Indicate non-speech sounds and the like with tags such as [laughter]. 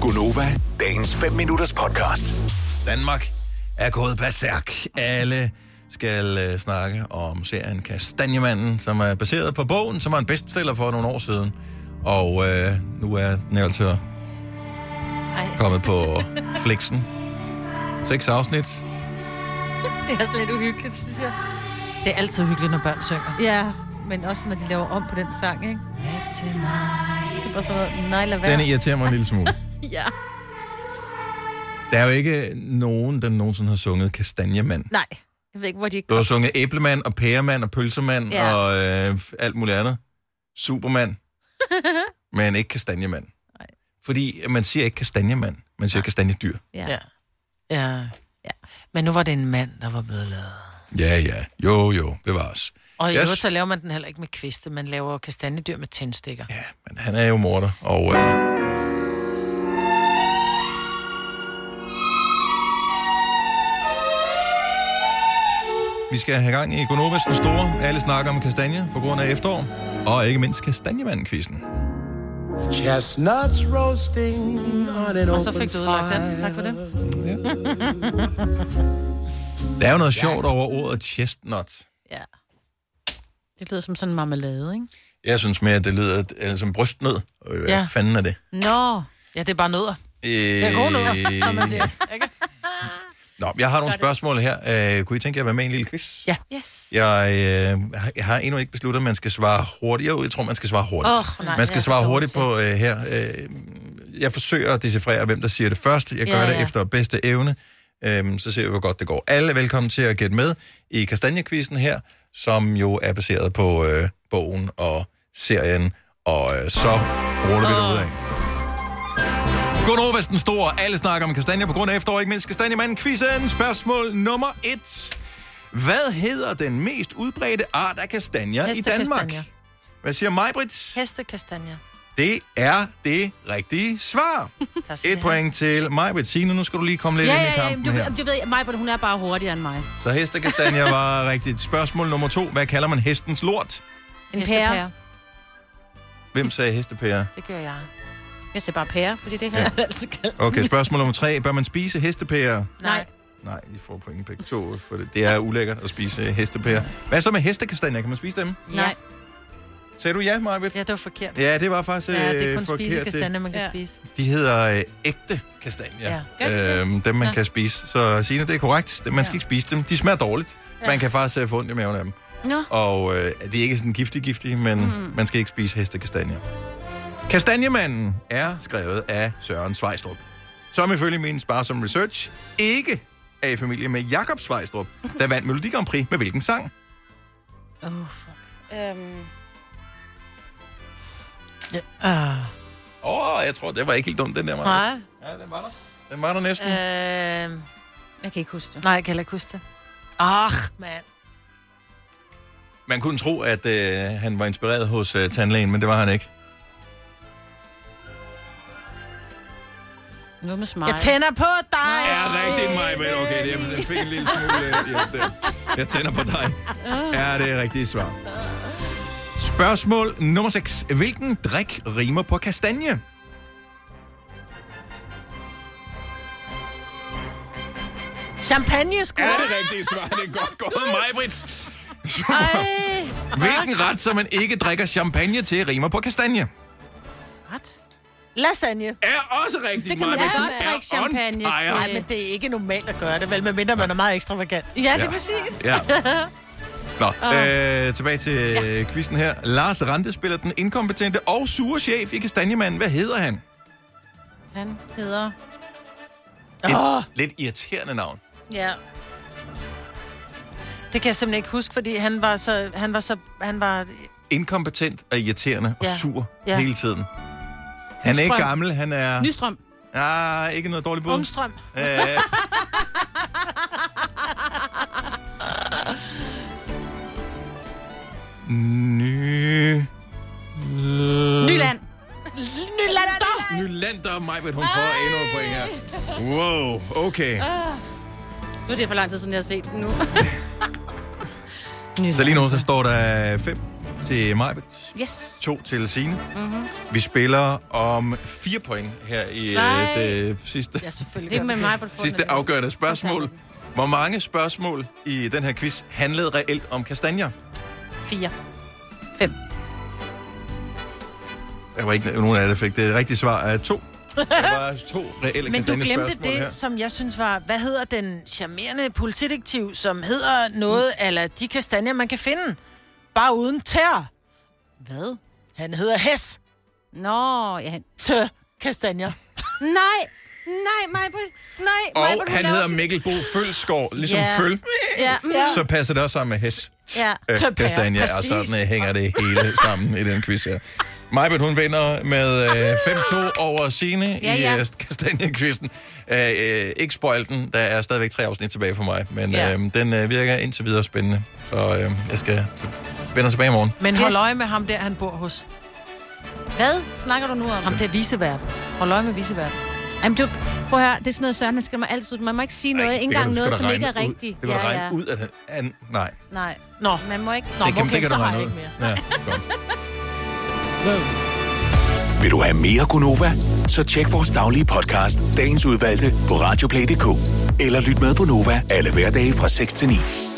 Gunova, dagens 5 minutters podcast. Danmark er gået berserk. Alle skal øh, snakke om serien Kastanjemanden, som er baseret på bogen, som var en bestseller for nogle år siden. Og øh, nu er den altså Ej, kommet på Flixen. Seks afsnit. det er også lidt uhyggeligt, synes jeg. Det er altid hyggeligt, når børn synger. Ja, men også når de laver om på den sang, ikke? Til mig. Det er bare sådan noget, nej, lad være. Den irriterer mig en lille smule. Ja. Der er jo ikke nogen, der nogensinde har sunget Kastanjemand. Nej, jeg ved ikke, hvor de Du kom. har sunget æblemand og pæremand og pølsemand Ja. og øh, alt muligt andet. [laughs] Superman. men ikke kastanjemand. Nej. Fordi man siger ikke kastanjemand, man siger kastanjedyr. Ja. Ja. Ja. Ja. Men nu var det en mand, der var blevet lavet. Ja, ja. Jo, jo. Bevares. Og i Yes. øvrigt, så laver man den heller ikke med kviste. Man laver kastanjedyr med tændstikker. Ja, men han er jo morder. Og, øh, vi skal have gang i Gonovas den store. Alle snakker om kastanje på grund af efterår. Og ikke mindst kastanjemanden-quizzen. Chestnuts roasting on an Og så fik du udlagt den. Tak for det. Der er jo noget sjovt over ordet chestnut. ja. Det lyder som sådan en marmelade, ikke? Jeg synes mere, at det lyder øh, som brystnød. Øh, Hvad Ja. fanden er det? Nå, Ja, det er bare nødder. Øh, er gode nødder, som man siger. [laughs] Nå, jeg har nogle spørgsmål her. Øh, kunne I tænke jer at være med i en lille quiz? Ja. yes. Jeg, øh, har- jeg har endnu ikke besluttet, om man skal svare hurtigt. Jo, jeg tror, man skal svare hurtigt. Åh, nej, man skal jeg svare forstår hurtigt det på øh, her. Øh, jeg forsøger at decifrere, hvem der siger det først. Jeg gør Ja, det ja. efter bedste evne. Øhm, så ser vi, hvor godt det går. Alle er velkommen til at gætte med i Kastanjekvisten her, som jo er baseret på øh, bogen og serien. Og øh, så ruller vi det ud af. Godnovas den store. Alle snakker om kastanjer på grund af efterår, ikke mindst kastanjemanden. Quizzen, spørgsmål nummer et. Hvad hedder den mest udbredte art af kastanjer i Danmark? Hestekastanjer. Hvad siger Majbrits? Hestekastanjer. Det er det rigtige svar. Tak skal Et I have. point til Majbrit. Signe, nu skal du lige komme lidt Ja, ind ja, i ja, jamen, kampen du, her. jamen, du ved, Majbert, hun er bare hurtigere end mig. En Så hestekastanjer var rigtigt. Spørgsmål nummer to. Hvad kalder man hestens lort? pære. Hestepære. Hvem sagde hestepære? Det gør jeg. Jeg siger bare pære, fordi det her Ja. ja. er altid kaldt. Okay, spørgsmål nummer tre. Bør man spise hestepære? Nej. Nej, I får point begge to, for det, det er ulækkert at spise hestepære. Hvad så med hestekastanjer? Kan man spise dem? Nej. Sagde du ja, Marvitt? Ja, det var forkert. Ja, det var faktisk Ja, det er øh, kun forkert. spisekastanjer, man kan Ja. spise. De hedder øh, ægte kastanjer. Ja. Ja. Øhm, dem, man ja. kan spise. Så Signe, det er korrekt. Man skal ikke spise dem. De smager dårligt. Ja. Man kan faktisk øh, få ondt i maven af dem. Nå. Og øh, de er ikke sådan giftige-giftige, men mm. man skal ikke spise hestekastanjer. Kastanjemanden er skrevet af Søren Svejstrup, som ifølge min sparsom research ikke er i familie med Jakob Svejstrup, der vandt Melodi Grand Prix med hvilken sang? Åh, oh, fuck. Øhm, ah. Uh, Åh, oh, jeg tror, det var ikke helt dumt, den der var. nej. Ja, den var der. Den var der næsten. Øh, jeg kan ikke huske det. nej, jeg kan heller ikke huske det. Ach, mand. Man kunne tro, at øh, han var inspireret hos øh, tandlægen, men det var han ikke. Noget med smart. Jeg tænder på dig. Ja, rigtigt, mig, men okay, det er, jeg fik en lille smule øh, hjælp der. Jeg tænder på dig. Ja, det er rigtigt svar. Spørgsmål nummer 6. Hvilken drik rimer på kastanje? Champagne, sgu. Er det rigtigt svar? Det er godt gået, Majbrit. Hvilken ret, som man ikke drikker champagne til, rimer på kastanje? Lasagne. Er også rigtigt, kan man Maj-Brit. godt Du er drikke on fire. champagne til. Nej, men det er ikke normalt at gøre det, vel? Medmindre man er meget ekstravagant. Ja, det er Ja. præcis. [laughs] Ja. Nå, øh, tilbage til ja. quizzen her. Lars Rante spiller den inkompetente og sure chef i Kastanjemanden. Hvad hedder han? Han hedder... Et Åh. lidt irriterende navn. Ja. Det kan jeg simpelthen ikke huske, fordi han var så... Han var så... Han var... Inkompetent og irriterende og Ja. sur Ja. hele tiden. Han er ikke gammel, han er... Nystrøm. Ah, ikke noget dårligt bud. Ungstrøm. Øh. Ny... Nyland. Nylander! Nylander og Majbet, hun får endnu et point her. Wow, okay. Nu er det for lang tid siden, jeg har set den nu. Så lige nu, så står der 5 til Majbets. Yes. To til Signe. Mhm. Mm-hmm. Vi spiller om fire point her i øh, det sidste, Ja, selvfølgelig. Det er gør med vi mig på sidste afgørende spørgsmål. Hvor mange spørgsmål i den her quiz handlede reelt om kastanjer? Fire. Fem. Der var ikke nogen af jer, der fik det rigtige svar af to. Der var to reelle [laughs] Men du glemte kastanjespørgsmål det, her. som jeg synes var, hvad hedder den charmerende politidetektiv, som hedder noget, eller de kastanjer, man kan finde, bare uden tær. Hvad? Han hedder Hess Nå, ja. han- Tø Kastanjer. Nej, nej, Majbrit. Nej, Og Majbrit, hun han laver- hedder Mikkel Bo Følskov, ligesom Ja. Føl. Ja, Mm. ja. Så passer det også sammen med Hess. ja. øh, Tøpære, Kastanje, og præcis. sådan øh, hænger det hele sammen i den quiz her. Majbet, hun vinder med øh, 5-2 over Signe ja, ja. Ja, ja. i øh, kastanjekvisten. Øh, øh, ikke spoil den, der er stadigvæk tre afsnit tilbage for mig, men Ja. øh, den øh, virker indtil videre spændende, så øh, jeg skal t- vende tilbage i morgen. Men hold Yes. øje med ham der, han bor hos. Hvad snakker du nu om? Ham der viseværd. Hold øje med viseværd. Jamen, du, prøv at høre, det er sådan noget, Søren, han skal mig altid. Man må ikke sige noget, ikke det kan du engang sgu noget, da som regne ikke er ud. rigtigt. Det kan du regne ud, at han... An, nej, Nej, Nå, man må ikke. Nå, det kan, okay, det kan så du har regne ud. jeg ikke Ja, [laughs] godt. Vil du have mere Gunova? Så tjek vores daglige podcast, dagens udvalgte, på radioplay.dk. Eller lyt med på Nova alle hverdage fra 6 til 9.